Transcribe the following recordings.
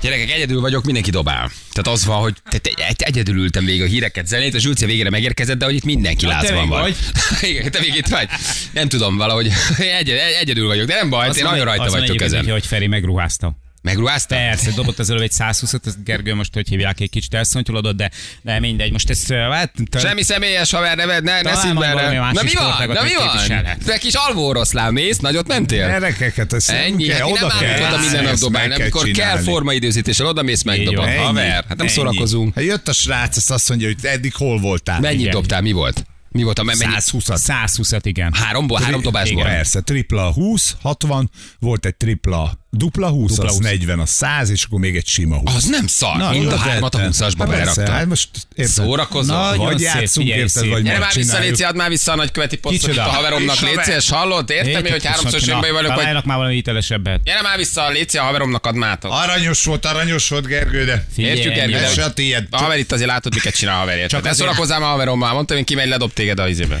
Gyerekek, egyedül vagyok, mindenki dobál. Tehát az van, hogy te, te, te egyedül ültem végig a híreket, zenét, és Zsulce végére megérkezett, de hogy itt mindenki Na, te lázban még van. vagy. Igen, te még itt vagy. Nem tudom, valahogy egy, egy- egyedül vagyok, de nem baj, hát én nagyon rajta vagyok ezen. hogy Feri megruházta. Megruháztam? Persze, dobott az előbb egy 120-at, ezt Gergő most, hogy hívják, egy kicsit elszontyolodott, de, de mindegy, most ez... Hát, t- Semmi személyes haver, ne, ne, ne Talán szidd van valami bele. más Na mi van? sportágat, Na mi amit van? képviselhet. Te kis alvóoroszlán mész, nagyot mentél? Gyerekeket, ezt Ennyi, hát oda oda nem kell. állunk oda minden nap Ezt meg dobálni, kell amikor kell csinálni. formaidőzítéssel, oda mész megdobod. van. Haver, Ennyi. hát nem Ennyi. szórakozunk. Hát jött a srác, ezt azt mondja, hogy eddig hol voltál. Mennyit Igen. dobtál, mi volt? Mi volt a mennyi? 120-at. 120-at, igen. Háromból, három dobásból. Persze, tripla 20, 60, volt egy tripla dupla 20, Dupla dupla az 20. 40, az 100, és akkor még egy sima 20. Az nem szar. Na, Mind a jó, hármat a lehetne. 20-asba Hát persze, Hát beleraktam. most érted. Szórakozol? Nagyon Vagy szép, játszunk, figyelj, érted, szép. vagy Gyere már vissza, megcsináljuk. Léci, add már vissza a nagyköveti posztot itt Kicsoda. a haveromnak, Kicsoda. Léci, és hallod? Értem, én, hogy háromszor Na, csömbbe vagyok, vagy... Találjanak már valami hitelesebbet. Gyere már vissza, Léci, a haveromnak ad mátok. Aranyos volt, aranyos volt, Gergő, de... Figyelj, Értjük, Gergő, ennyi. de- Ez se a tiéd. A haver itt azért látod, miket csinál a haver, érted? Csak Ne azért- szórakozzál már a haverommal, mondtam, én kimegy, ledob téged a izébe.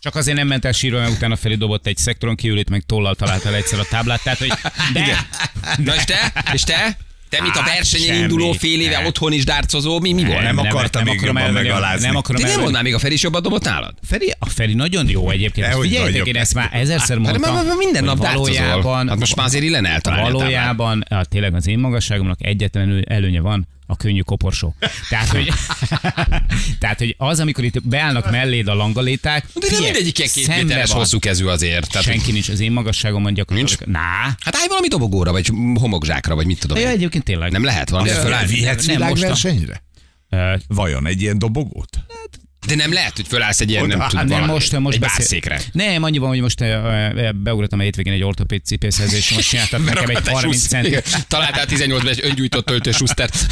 Csak azért nem ment el sírva, mert utána felé dobott egy szektoron kívülét, meg tollal talált el egyszer a táblát. Tehát, hogy de, Na és te? És te? Te, mint a Hát, versenyen semmi. induló fél éve, Ne. otthon is dárcozó, mi, mi volt? Nem akarta még akarom jobban elvenni a- megalázni. Nem akarom Te nem elvenni. mondnál még a Feri is jobban dobott nálad? Hát Feri, a Feri nagyon jó egyébként. Dehogy Figyeljetek, vagyok. én ezt már ezerszer Hát mondtam. már- már- már minden hogy nap dárcozol. valójában, Hát most már azért illen eltalálni a táblát. valójában a, tényleg az én magasságomnak egyetlen előnye van, a könnyű koporsó. Tehát, hogy, tehát, hogy az, amikor itt beállnak melléd a langaléták, De nem figyelj, mindegyik ilyen két szembe méteres van. hosszú kezű azért. Tehát, Senki nincs, az én magasságomon gyakorlatilag. Nincs? Ná, Hát állj valami dobogóra, vagy homokzsákra, vagy mit tudom. Ja, én. egyébként tényleg. Nem lehet valami Azt fölállni? Elvihetsz Nem, most a- világversenyre? Ö, Vajon egy ilyen dobogót? De nem lehet, hogy fölállsz egy ilyen, nem Oda, tudom, Hát nem, valami- most, most egy beszél- bárszékre. Nem, annyi van, hogy most ö, ö, beugrottam a hétvégén egy ortopéd cipészhez, és most csináltat nekem Hát egy 30 cent. Találtál 18 es öngyújtott töltős susztert.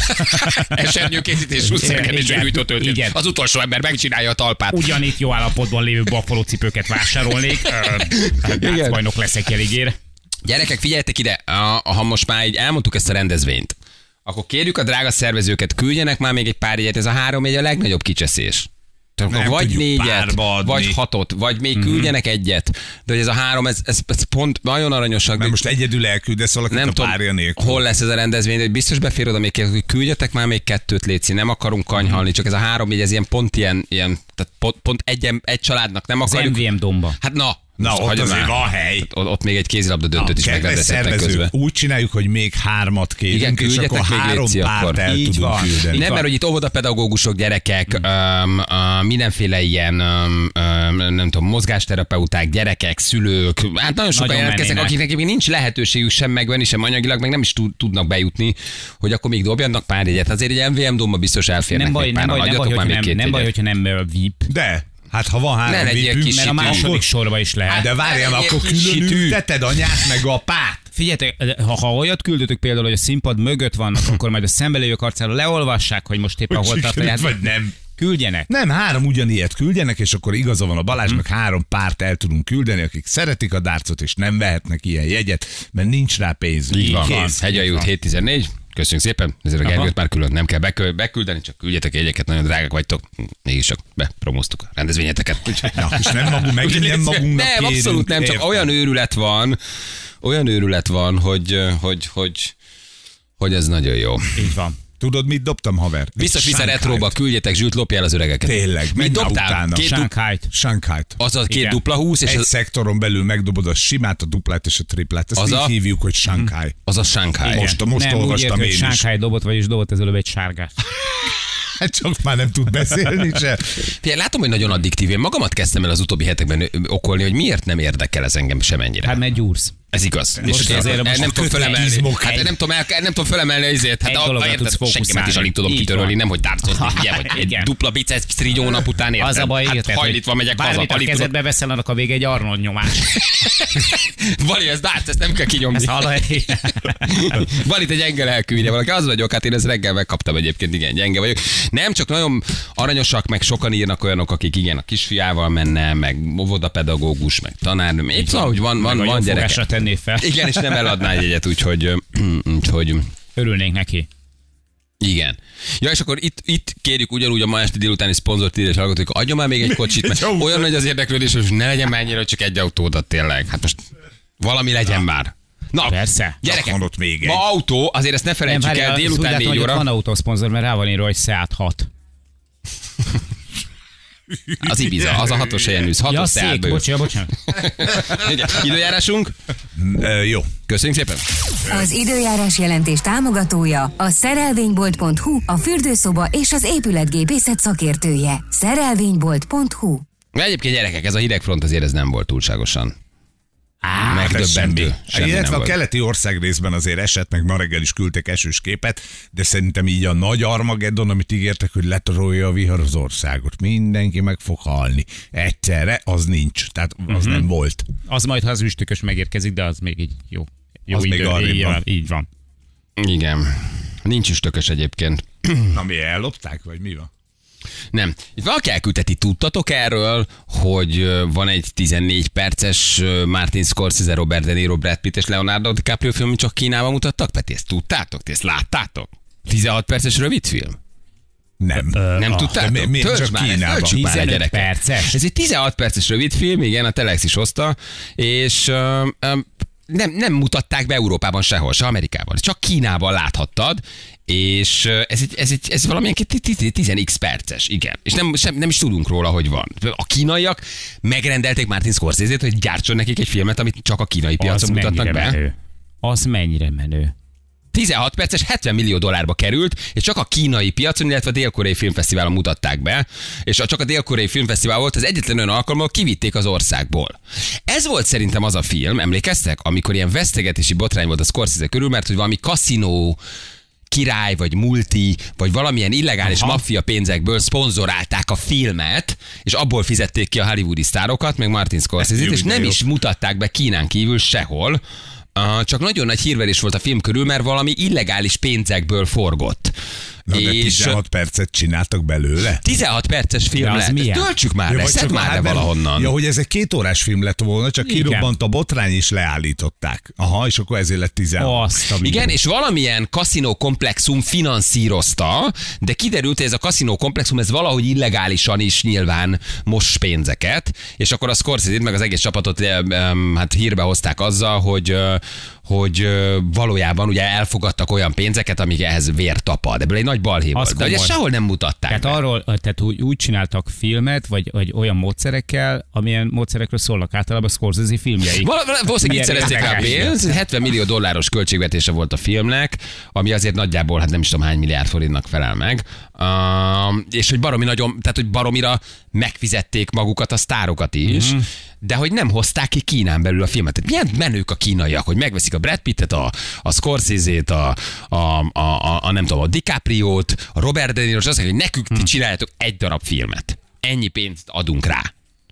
Esernyőkészítés susztert Igen, és igen, öngyújtott töltőt. igen. Az utolsó ember megcsinálja a talpát. Ugyanitt jó állapotban lévő bakolócipőket vásárolnék. Igen. Igen. bajnok leszek eligére. Gyerekek, figyeljetek ide, a, a, ha most már így elmondtuk ezt a rendezvényt, akkor kérjük a drága szervezőket, küldjenek már még egy pár jegyet, ez a három jegy a legnagyobb kicseszés. Tehát Nem vagy tudjuk négyet, párba adni. Mhm. vagy hatot, vagy még küldjenek egyet. De hogy ez a három, ez, ez, ez pont nagyon aranyosak. Mert de- most egyedül elküldesz valakit nem a tudom, párja nélkül. hol lesz ez a rendezvény, de biztos befér oda még két, hogy küldjetek már még kettőt, Léci, nem akarunk kanyhalni, csak ez a három jegy, ez ilyen pont ilyen, ilyen tehát pont, pont egy, egy családnak nem Az akarjuk. MVM domba. Hát na, Na, most ott hagyom azért már. van hely. Ott, ott még egy kézilabda döntőt is Kedves megrendezhetnek közben. szervezők, úgy csináljuk, hogy még hármat Igen, kérünk, és küldjetek akkor még három Léci, párt akkor. el Így tudunk van. küldeni. Nem, van. Mm. mert hogy itt óvodapedagógusok, gyerekek, öm, öm, mindenféle ilyen, öm, öm, nem tudom, mozgásterapeuták, gyerekek, szülők, hát nagyon sokan Nagyon jelentkeznek, mennének. akiknek még nincs lehetőségük sem megvenni, sem anyagilag, meg nem is tud- tudnak bejutni, hogy akkor még dobjanak pár egyet. Azért egy MVM domba biztos elférnek még Nem baj, nem páran. baj, nem Adjatok baj, hogyha már még nem, két nem baj, jegyet. hogyha nem ö, VIP. De, hát ha van Ne három legyél vépünk, kis Hát, Mert a második akkor- sorba is lehet. De várjál, Ne már, legyél akkor kis külön hitű. ülteted anyát meg a pát. Figyeljetek, ha, ha olyat küldötök például, hogy a színpad mögött vannak, akkor majd a szembelévők arcára leolvassák, hogy most éppen Hogy hol tart a sikerült, játék. vagy nem. Küldjenek. Nem, három ugyanilyet küldjenek, és akkor igaza van a Hm. Balázsnak, három párt el tudunk küldeni, akik szeretik a dárcot, és nem vehetnek ilyen jegyet, mert nincs rá pénz. Így van, Kész. Hegyai út 714. Köszönjük szépen, ezért a Aha. Gergőt már külön nem kell bekö- beküldeni, csak küldjetek jegyeket, nagyon drágák vagytok. Mégis csak bepromóztuk a rendezvényeteket. Úgyhogy- Na, és nem magunk, megint nem magunknak Nem, kérünk, abszolút nem, csak érted? olyan őrület van, olyan őrület van, hogy, hogy, hogy, hogy ez nagyon jó. Így van. Tudod, mit dobtam, haver? Biztos vissza Sánkhájt. retróba, küldjetek zsűlt, lopjál az öregeket. Tényleg, menj Mit már dobtál? utána. Két du- Sánkhájt. Sánkhájt. az a két Igen. dupla húsz, és Egy az, szektoron belül megdobod a simát, a duplát és a triplát. Ezt Az így a- Hm. hívjuk, hogy Sánkháj. az a Shanghai. Most- most nem, olvastam úgy ért, én hogy is. Sánkháj dobott, vagyis dobott az előbb egy sárgát. Hát csak már nem tud beszélni se. Figyelj, látom, hogy nagyon addiktív. Én magamat kezdtem el az utóbbi hetekben ö- ö- okolni, hogy miért nem érdekel ez engem semennyire. Hát mert gyúrsz. Ez igaz. Most És azért el- most nem tudom a kötlet fölemelni. izmok. Hát Egy- nem tudom, el, nem tudom fölemelni ezért. Hát Egy a- dologra érted, tudsz senkimet is fókuszálni. alig tudom Így kitörölni, van. nem hogy dárcozni. Ugye, vagy egy Igen. dupla biceps trigyó nap után érted. Az a baj, hát érted, hogy hajlítva megyek haza. bármit a Alig tudok. kezedbe veszel, annak a vége egy arnon nyomás. Vali, ez dárc, ezt nem kell kinyomni. Ezt hallod? Van itt egy engel elküldje valaki, az vagyok, hát én ezt reggel megkaptam egyébként, igen, gyenge vagyok. Nem, csak nagyon aranyosak, meg sokan írnak olyanok, akik igen, a kisfiával menne, meg óvodapedagógus, meg tanárnő. Épp szóval, hogy van, van, Meg a van jobb gyerek. fogásra tenné fel. Igen, és nem eladná egy egyet, úgyhogy, ö, úgyhogy Örülnénk neki. igen. Ja, és akkor itt, itt kérjük ugyanúgy a ma esti délutáni szponzort írás hallgatók, adjon már még egy kocsit, mert autót. olyan nagy az érdeklődés, hogy ne legyen már ennyire, hogy csak egy autódat tényleg. Hát most valami legyen már. Na, Persze. Gyerekek, Van ott még egy. ma autó, azért ezt ne felejtsük várjál, el, azt úgy délután látom, 4 hogy ott óra. Van autószponzor, mert rá van írva, hogy Seat 6. Az Ibiza, az a hatos helyen ülsz. Ja, Hatos szék, Seatből ülsz. bocsánat, bocsánat. Igen. Időjárásunk? Hm, Ö, jó. Köszönjük szépen. Az időjárás jelentés támogatója a szerelvénybolt.hu, a fürdőszoba és az épületgépészet szakértője. Szerelvénybolt.hu Egyébként gyerekek, ez a hidegfront azért ez nem volt túlságosan. Á, Megdöbbentő. hát Semmi Semmi Illetve nem a volt. keleti ország részben azért esett, meg ma reggel is küldtek esős képet, de szerintem így a nagy Armageddon, amit ígértek, hogy letarolja a vihar az országot. Mindenki meg fog halni. Egyszerre az nincs. Tehát az Mhm. uh-huh. nem volt. Az majd, ha az üstökös megérkezik, de az még így jó. Jó Az még idő, arrébb így van. van. Így van. Igen. Nincs is tökös egyébként. Na mi ellopták, vagy mi van? Nem. Itt valaki elküldteti, tudtatok erről, hogy ö, van egy 14 perces ö, Martin Scorsese, Robert De Niro, Brad Pitt és Leonardo DiCaprio film, amit csak Kínában mutattak? Peti, ezt tudtátok? Ti ezt láttátok? 16 perces rövid film? Nem. Nem tudtátok? mi- miért Töltsd csak már ezt, Kínában? töltsük már, 15 gyerekek. perces? Ez egy 16 perces rövid film, igen, a Telex is hozta, és öm, öm, nem, nem mutatták be Európában sehol, se Amerikában. Csak Kínában láthattad, és ö, ez, egy, ez, egy, ez valamilyen 10x perces, igen. És nem, sem, nem is tudunk róla, hogy van. A kínaiak megrendelték Martin Scorsese-t, hogy gyártson nekik egy filmet, amit csak a kínai az piacon mutatnak mennyire be. menő. Az mennyire menő. 16 perces, 70 millió dollárba került, és csak a kínai piacon, illetve a dél-koreai filmfesztiválon mutatták be, és a- csak a dél-koreai filmfesztivál volt az egyetlen olyan alkalom, ahol kivitték az országból. Ez volt szerintem az a film, emlékeztek, amikor ilyen vesztegetési botrány volt a Scorsese körül, mert hogy valami kaszinó király, vagy multi, vagy valamilyen illegális Aha. maffia pénzekből szponzorálták a filmet, és abból fizették ki a hollywoodi sztárokat, meg Martin Scorsese-t, jó, és de nem jó. is mutatták be Kínán kívül sehol, Ah, csak nagyon nagy hírverés volt a film körül, mert valami illegális pénzekből forgott. Na, de és 16... 16 percet csináltak belőle? 16 perces film De az lett. milyen? Töltsük már le, vagy szedd csak már le hát nem- valahonnan. Ja, hogy ez egy két órás film lett volna, csak Igen. kirobbant a botrány, és leállították. Aha, és akkor ezért lett 16. Azt a Igen, és valamilyen kaszinó komplexum finanszírozta, de kiderült, hogy ez a kaszinó komplexum, ez valahogy illegálisan is nyilván most pénzeket, és akkor a scorsese meg az egész csapatot em, em, hát hírbe hozták azzal, hogy ö, hogy ö, valójában ugye elfogadtak olyan pénzeket, amik ehhez vér tapad. Ebből egy nagy balhé volt. De komoly. Hát ugye sehol nem mutatták. Tehát be. arról, tehát úgy, úgy csináltak filmet, vagy, vagy olyan módszerekkel, amilyen módszerekről szólnak általában a Scorsese filmjei. Val- val- Valószínűleg így Milyen szerezték rá a érdekes. pénzt. 70 millió dolláros költségvetése volt a filmnek, ami azért nagyjából, hát nem is tudom hány milliárd forintnak felel meg. Um, és hogy baromi nagyon, tehát hogy baromira megfizették magukat a sztárokat is, mm de hogy nem hozták ki Kínán belül a filmet. Tehát milyen menők a kínaiak, hogy megveszik a Brad Pittet, a, a Scorsese-t, a, a, a, a, a, nem tudom, a DiCaprio-t, a Robert De Niro, és azt mondják, hogy nekünk ti csináljátok egy darab filmet. Ennyi pénzt adunk rá.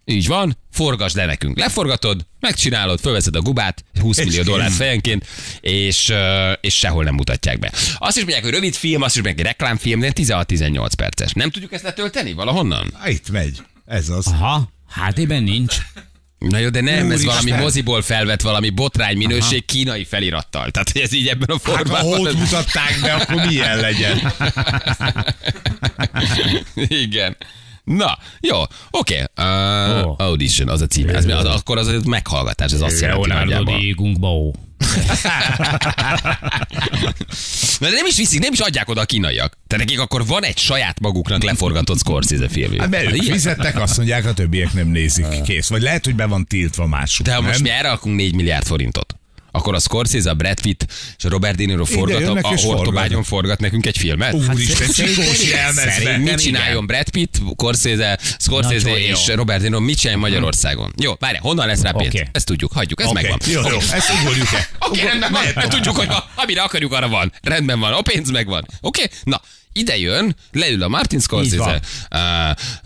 Így van, forgasd le nekünk. Leforgatod, megcsinálod, fölveszed a gubát, 20 millió dollár fejenként, és, ö, és sehol nem mutatják be. Azt is mondják, hogy rövid film, azt is mondják, hogy reklámfilm, de 16-18 perces. Nem tudjuk ezt letölteni valahonnan? Há, Itt megy. Ez az. Aha, háttérben nincs. Na jó, de nem, ez Úristen. valami moziból felvett valami botrány minőség kínai felirattal. Tehát, hogy ez így ebben a Hát ha formában. hót mutatták be, akkor milyen legyen? Igen. Na, jó, oké. Okay. Uh, Ó. Audition, az a címe. Ez, mi- az, akkor az egy meghallgatás, ez azt jelenti Leonardo nagyjából. Di Gungbao. Na de nem is viszik, nem is adják oda a kínaiak. Tehát nekik akkor van egy saját maguknak leforgatott Scorsese filmjük. Hát mert ők ilyen. fizettek, azt mondják, a többiek nem nézik. Kész. Vagy lehet, hogy be van tiltva mások. De ha most nem? mi erre rakunk 4 milliárd forintot, akkor a Scorsese, a Brad Pitt és a Robert De Niro forgat, a, jönnek a és Hortobágyon forgat nekünk egy filmet. Hát Úristen, csikós Szerint jelmezve. mit csináljon Brad Pitt, Scorsese, Scorsese Nagyon jó. és Robert De Niro, mit csináljon Magyarországon? Jó, várjál, honnan lesz rá pénz? Oké. Ezt tudjuk, hagyjuk, ez Oké, megvan. Jó, jó, ezt ugorjuk el. Oké, okay, rendben van. Mehet Mert tovább. tudjuk, hogy van. amire akarjuk, arra van. Rendben van, a pénz megvan. Oké? Okay? Na, ide jön, leül a Martin Scorsese, uh,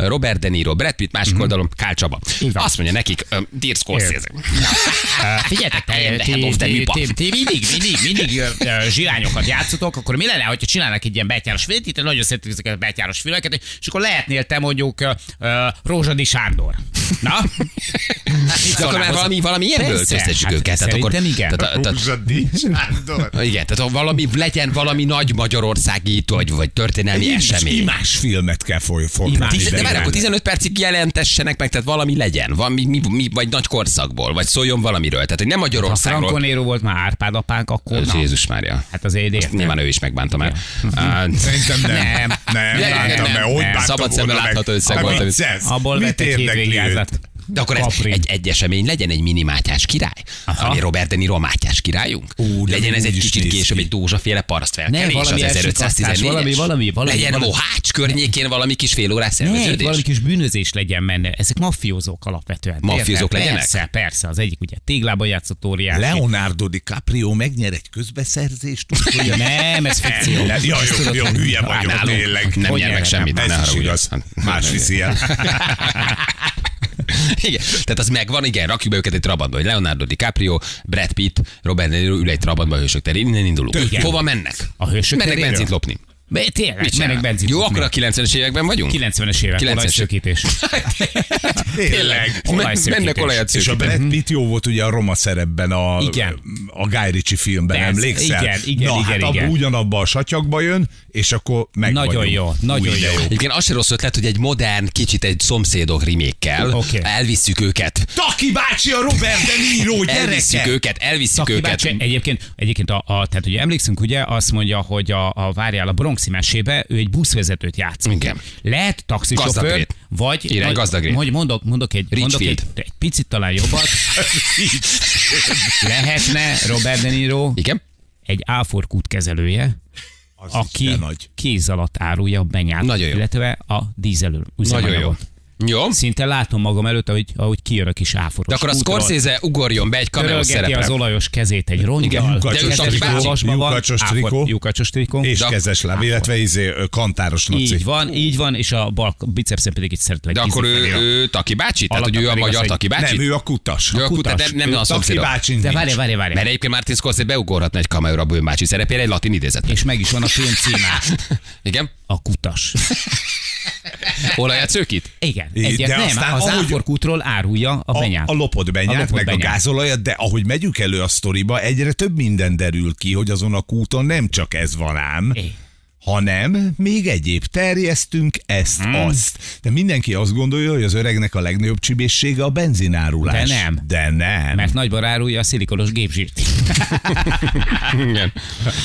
Robert De Niro, Brad Pitt, Mhm. másik oldalon Kál Csaba. Azt mondja nekik, um, dear Scorsese. Eh, Figyeljetek, Helyen lehet te, ti, of the ti, Mipa. ti, ti mindig, mindig, mindig ö, ö, zsirányokat játszotok, akkor mi lenne, hogyha csinálnak egy ilyen betyáros filmet, itt nagyon szeretjük ezeket a betyáros filmeket, és akkor lehetnél te mondjuk ö, ö, Rózsadi Sándor. Na? Mit Akkor már szólnál valami, valami ilyenből Persze. köztessük Hát őket. Tehát akkor, szerintem igen. Tehát, tehát, Rózsadi Sándor. igen, tehát ha valami, legyen valami nagy magyarországi, vagy, vagy történelmi Nincs esemény. Imás filmet kell foly- Imás. forgatni. Tíz, de ideig. várj, akkor 15 percig jelentessenek meg, tehát valami legyen, van, mi, mi, mi, vagy nagy korszakból, vagy szóljon valamiről. Tehát, hogy nem Hát, Ha Magyarországról. Franco volt már Árpád apánk, akkor Ö, na. Jézus Mária. Hát az édért. Azt nyilván ő is megbánta már. Á, Szerintem nem. Nem. Nem, Nem, láttam, nem, mert nem. hogy Nem. bántam Szabad volna szemmel meg. látható összeg Hát volt, amit- viccelsz? Abból Mit vett egy érdekli őt? hétvégázat. De akkor ez Kaprin. egy, egy esemény legyen egy mini Mátyás király, Aha. ami Robert De Niro a Mátyás királyunk. Ú, de legyen ez úgy egy is kicsit néz ki. később egy Dózsaféle paraszt felkelés, Ne, az valami elsőkasztás, 1514-es. valami- valami- valami- legyen valami- Mohács környékén valami kis félórás Ne, itt valami szerveződés. kis bűnözés legyen benne. Ezek mafiózók alapvetően. Mafiózók Érted? legyenek? Persze, persze. Az egyik ugye téglában játszott óriási. Leonardo DiCaprio megnyer egy közbeszerzést. úgyhogy- Nem, ez fikció. Ja, jó, Ezt tudod, jó, hogy- hülye Hát vagyok nálunk tényleg. Nem Hogy nyer meg nyer? semmit, Nem, ne ez is haragudj. igaz. Hát, Más viszi el. Igen, tehát az megvan, igen, rakjuk be őket egy trabantba, hogy Leonardo DiCaprio, Brad Pitt, Robert De Niro ül egy trabantba a hősök terén, innen indulunk. Tök jó. Hova mennek? A hősök Mennek teréről? benzint lopni. Be- Tényleg, Mit menek csinál? benzin. Jó, akkor a 90-es években vagyunk? 90-es évek, 90-es. olajszökítés. Tényleg. Olajszökítés. Mennek olajat És a szökíteni. Brad Pitt jó volt ugye a roma szerepben, a, Igen. a Guy Ritchie filmben, Persze, emlékszel? igen, igen, Na, igen, hát abba igen. ugyanabba a satyakba jön, és akkor meg Nagyon vagyunk. jó, nagyon Úgy, de jó. Egyébként az se rossz ötlet, hogy egy modern, kicsit egy szomszédok rimékkel Oké. okay. elvisszük őket. Taki bácsi a Robert De Niro, Elvisszük gyereke! őket, elvisszük Szaki őket. bácsi, egyébként, egyébként a, a, tehát ugye emlékszünk, ugye azt mondja, hogy a, a várjál a Bronxi mesébe, ő egy buszvezetőt játszik. Igen. Lehet taxisofőr, Gazdagrét. vagy... Király vagy- gazdagrét. Hogy mondok, mondok egy, mondok egy, Richfield. egy picit talán jobbat. Lehetne Robert De Niro Igen? egy áforkút kezelője, Az aki Isten nagy. kéz alatt árulja a benyát, Nagyon jó. illetve a dízelő Nagyon jó. üzemanyagot. Jó? Szinte látom magam előtt, ahogy, ahogy kijön a kis áforos De akkor a útról. Scorsese ugorjon be egy cameo Törölgeti az szerepre. olajos kezét egy rongyal. lyukacsos De ő trikó. kezes magasban van. Lyukacsos Áfor- trikó. Lyukacsos trikó. És De- kezes láb, illetve izé, ö, kantáros noci. Így van, így van, és a bal bicepszen pedig egy szeretleg. De akkor ő, ő Taki bácsi? Tehát, hogy ő a Alapvetően magyar igaz, Taki Nem, bácsi? ő a kutas. Ő a kutas. kutas, nem, nem a Taki szomszédok. bácsi De nincs. várj, várj, várj. Mert egyébként Martin Scorsese beugorhatna egy kameóra Bőn bácsi szerepére egy latin idézetre. És meg is van a film címe. Igen? A kutas. Olajat szőkít? Igen, Így, egyet de nem, aztán az ahogy- áforkútról árulja a A, benyát. a lopott benyát, A a lopott meg benyát. a gázolajat, de ahogy megyünk elő a sztoriba, egyre több minden derül ki, hogy azon a kúton nem csak ez van ám, É. hanem még egyéb terjesztünk ezt, Hmm. azt. De mindenki azt gondolja, hogy az öregnek a legnagyobb csibészsége a benzinárulás. De nem. De nem. Mert nagyban árulja a szilikolos gépzsírt. Igen.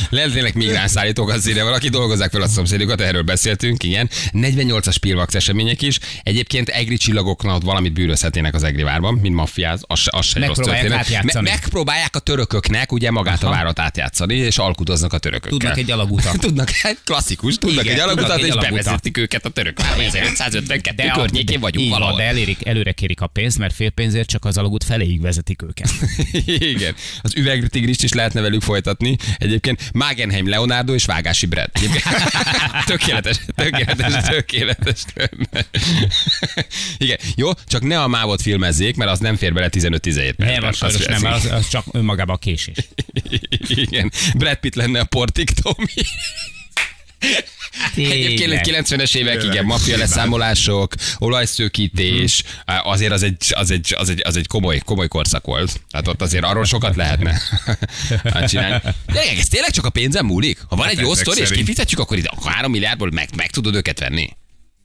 Lennének migránszállítók az ide, valaki dolgozzák fel a szomszédokat, erről beszéltünk, igen. 48-as Pilvax események is. Egyébként egri csillagoknak ott valamit bűrözhetnének az egri várban, mint maffiáz, az, se- az se egy rossz Megpróbálják történet. átjátszani. Me- megpróbálják a törököknek ugye magát a várat átjátszani, és alkudoznak a törökökkel. Tudnak egy alagutat. Tudnak, hát klasszikus, tudnak Igen, egy tudnak alagutat, egy és alagutat. bevezetik őket a török várba, 1552 környékén vagyunk Így van, valahol. De elérik, előre kérik a pénzt, mert fél pénzért csak az alagút feléig vezetik őket. Igen. Az üvegtigrist is lehetne velük folytatni. Egyébként Magenheim Leonardo és Vágási Brad. Egyébként tökéletes, tökéletes, tökéletes. lenne. Igen. Jó, csak ne a mávot filmezzék, mert az nem fér bele 15-17 Nem, az Azt sajnos nem, filmezik. az, az csak önmagában a késés. Igen. Brad Pitt lenne a portik, Tomi. Hát Egyébként egy 90-es évek, igen, maffia leszámolások, olajszőkítés, Mhm. á, azért az egy, az egy, az egy, az egy komoly, komoly korszak volt. Tehát ott azért arról sokat lehetne hát csinálni. Gyerekek, ez tényleg csak a pénzem múlik? Ha van egy jó Hát ezek sztori, és szerint. kifizetjük, akkor itt a 3 milliárdból meg, meg tudod őket venni.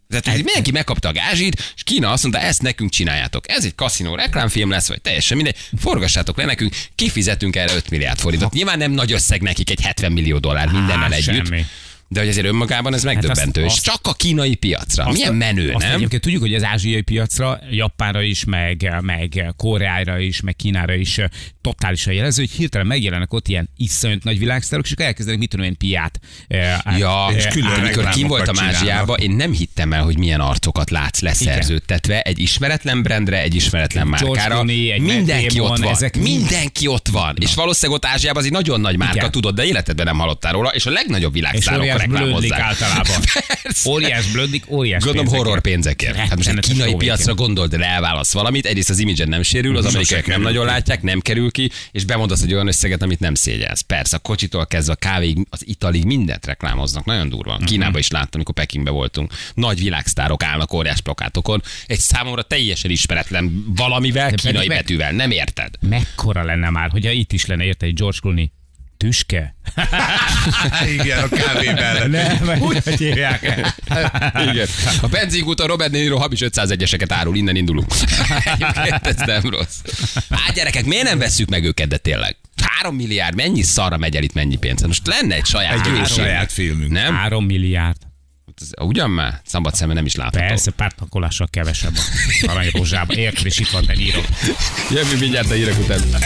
Tehát hogy mindenki megkapta a gázsit, és Kína azt mondta, ezt nekünk csináljátok. Ez egy kaszinó reklámfilm lesz, vagy teljesen mindegy. Forgassátok le nekünk, kifizetünk erre 5 milliárd forintot. Nyilván nem nagy összeg nekik egy 70 millió dollár mindennel Á, együtt. semmi. Hát De hogy azért önmagában ez megdöbbentő. azt- és azt- csak a kínai piacra. Milyen menő, Azt nem? egyébként tudjuk, hogy az ázsiai piacra, Japánra is, meg, meg Koreára is, meg Kínára is eh, totálisan jelező, hogy hirtelen megjelennek ott ilyen iszonyat nagy világsztárok, és akkor elkezdenek mit tudom én piát. eh, át- Ja, eh, és külön amikor kim reklámokat voltam csinálnak. Ázsiába, én nem hittem el, hogy milyen arcokat látsz leszerződtetve egy ismeretlen brendre, egy ismeretlen George márkára. Clooney, egy Matt mindenki Damon, ott van. ezek mind- mindenki ott van. És valószínűleg ott Ázsiában az egy nagyon nagy márka, Igen. tudod, de életedben nem hallottál róla, és a legnagyobb és világszárok óriás blödlik reklámozzák. általában. Persze. Óriás blödlik, óriás Gondolom pénzekért. horror pénzekért. Hát most egy Rettenetes kínai lóvét. piacra gondold, de elválasz valamit, egyrészt az imidzsen nem sérül, az amerikaiak nem kerül nagyon ki. látják, nem kerül ki, és bemondasz egy olyan összeget, amit nem szégyelsz. Persze, a kocsitól kezdve a kávéig, az italig mindent reklámoznak, nagyon durva. Mhm. Kínába is láttam, amikor Pekingbe voltunk. Nagy világsztárok állnak óriás plakátokon, egy számomra teljesen ismeretlen valamivel, pedig kínai meg- betűvel, nem érted? Mekkora lenne már, hogyha itt is lenne érte egy George Clooney tüske? Igen, a kávé mellett. Nem, hogy hívják. Igen. A benzinkúton Robert De Niro habis 501-eseket árul, innen indulunk. Egyébként ez nem rossz. Hát gyerekek, miért nem vesszük meg őket, de tényleg? 3 milliárd, mennyi szarra megy el itt mennyi pénz? Most lenne egy saját Egy jó filmünk. saját filmünk. Nem? Hát, Három milliárd. Ez- Ugyan már? Szabad szemben nem is látható. Persze, pártnakolással kevesebb a aranyrózsában. Érted, és itt van, de írok. Jövő mindjárt a hírek után.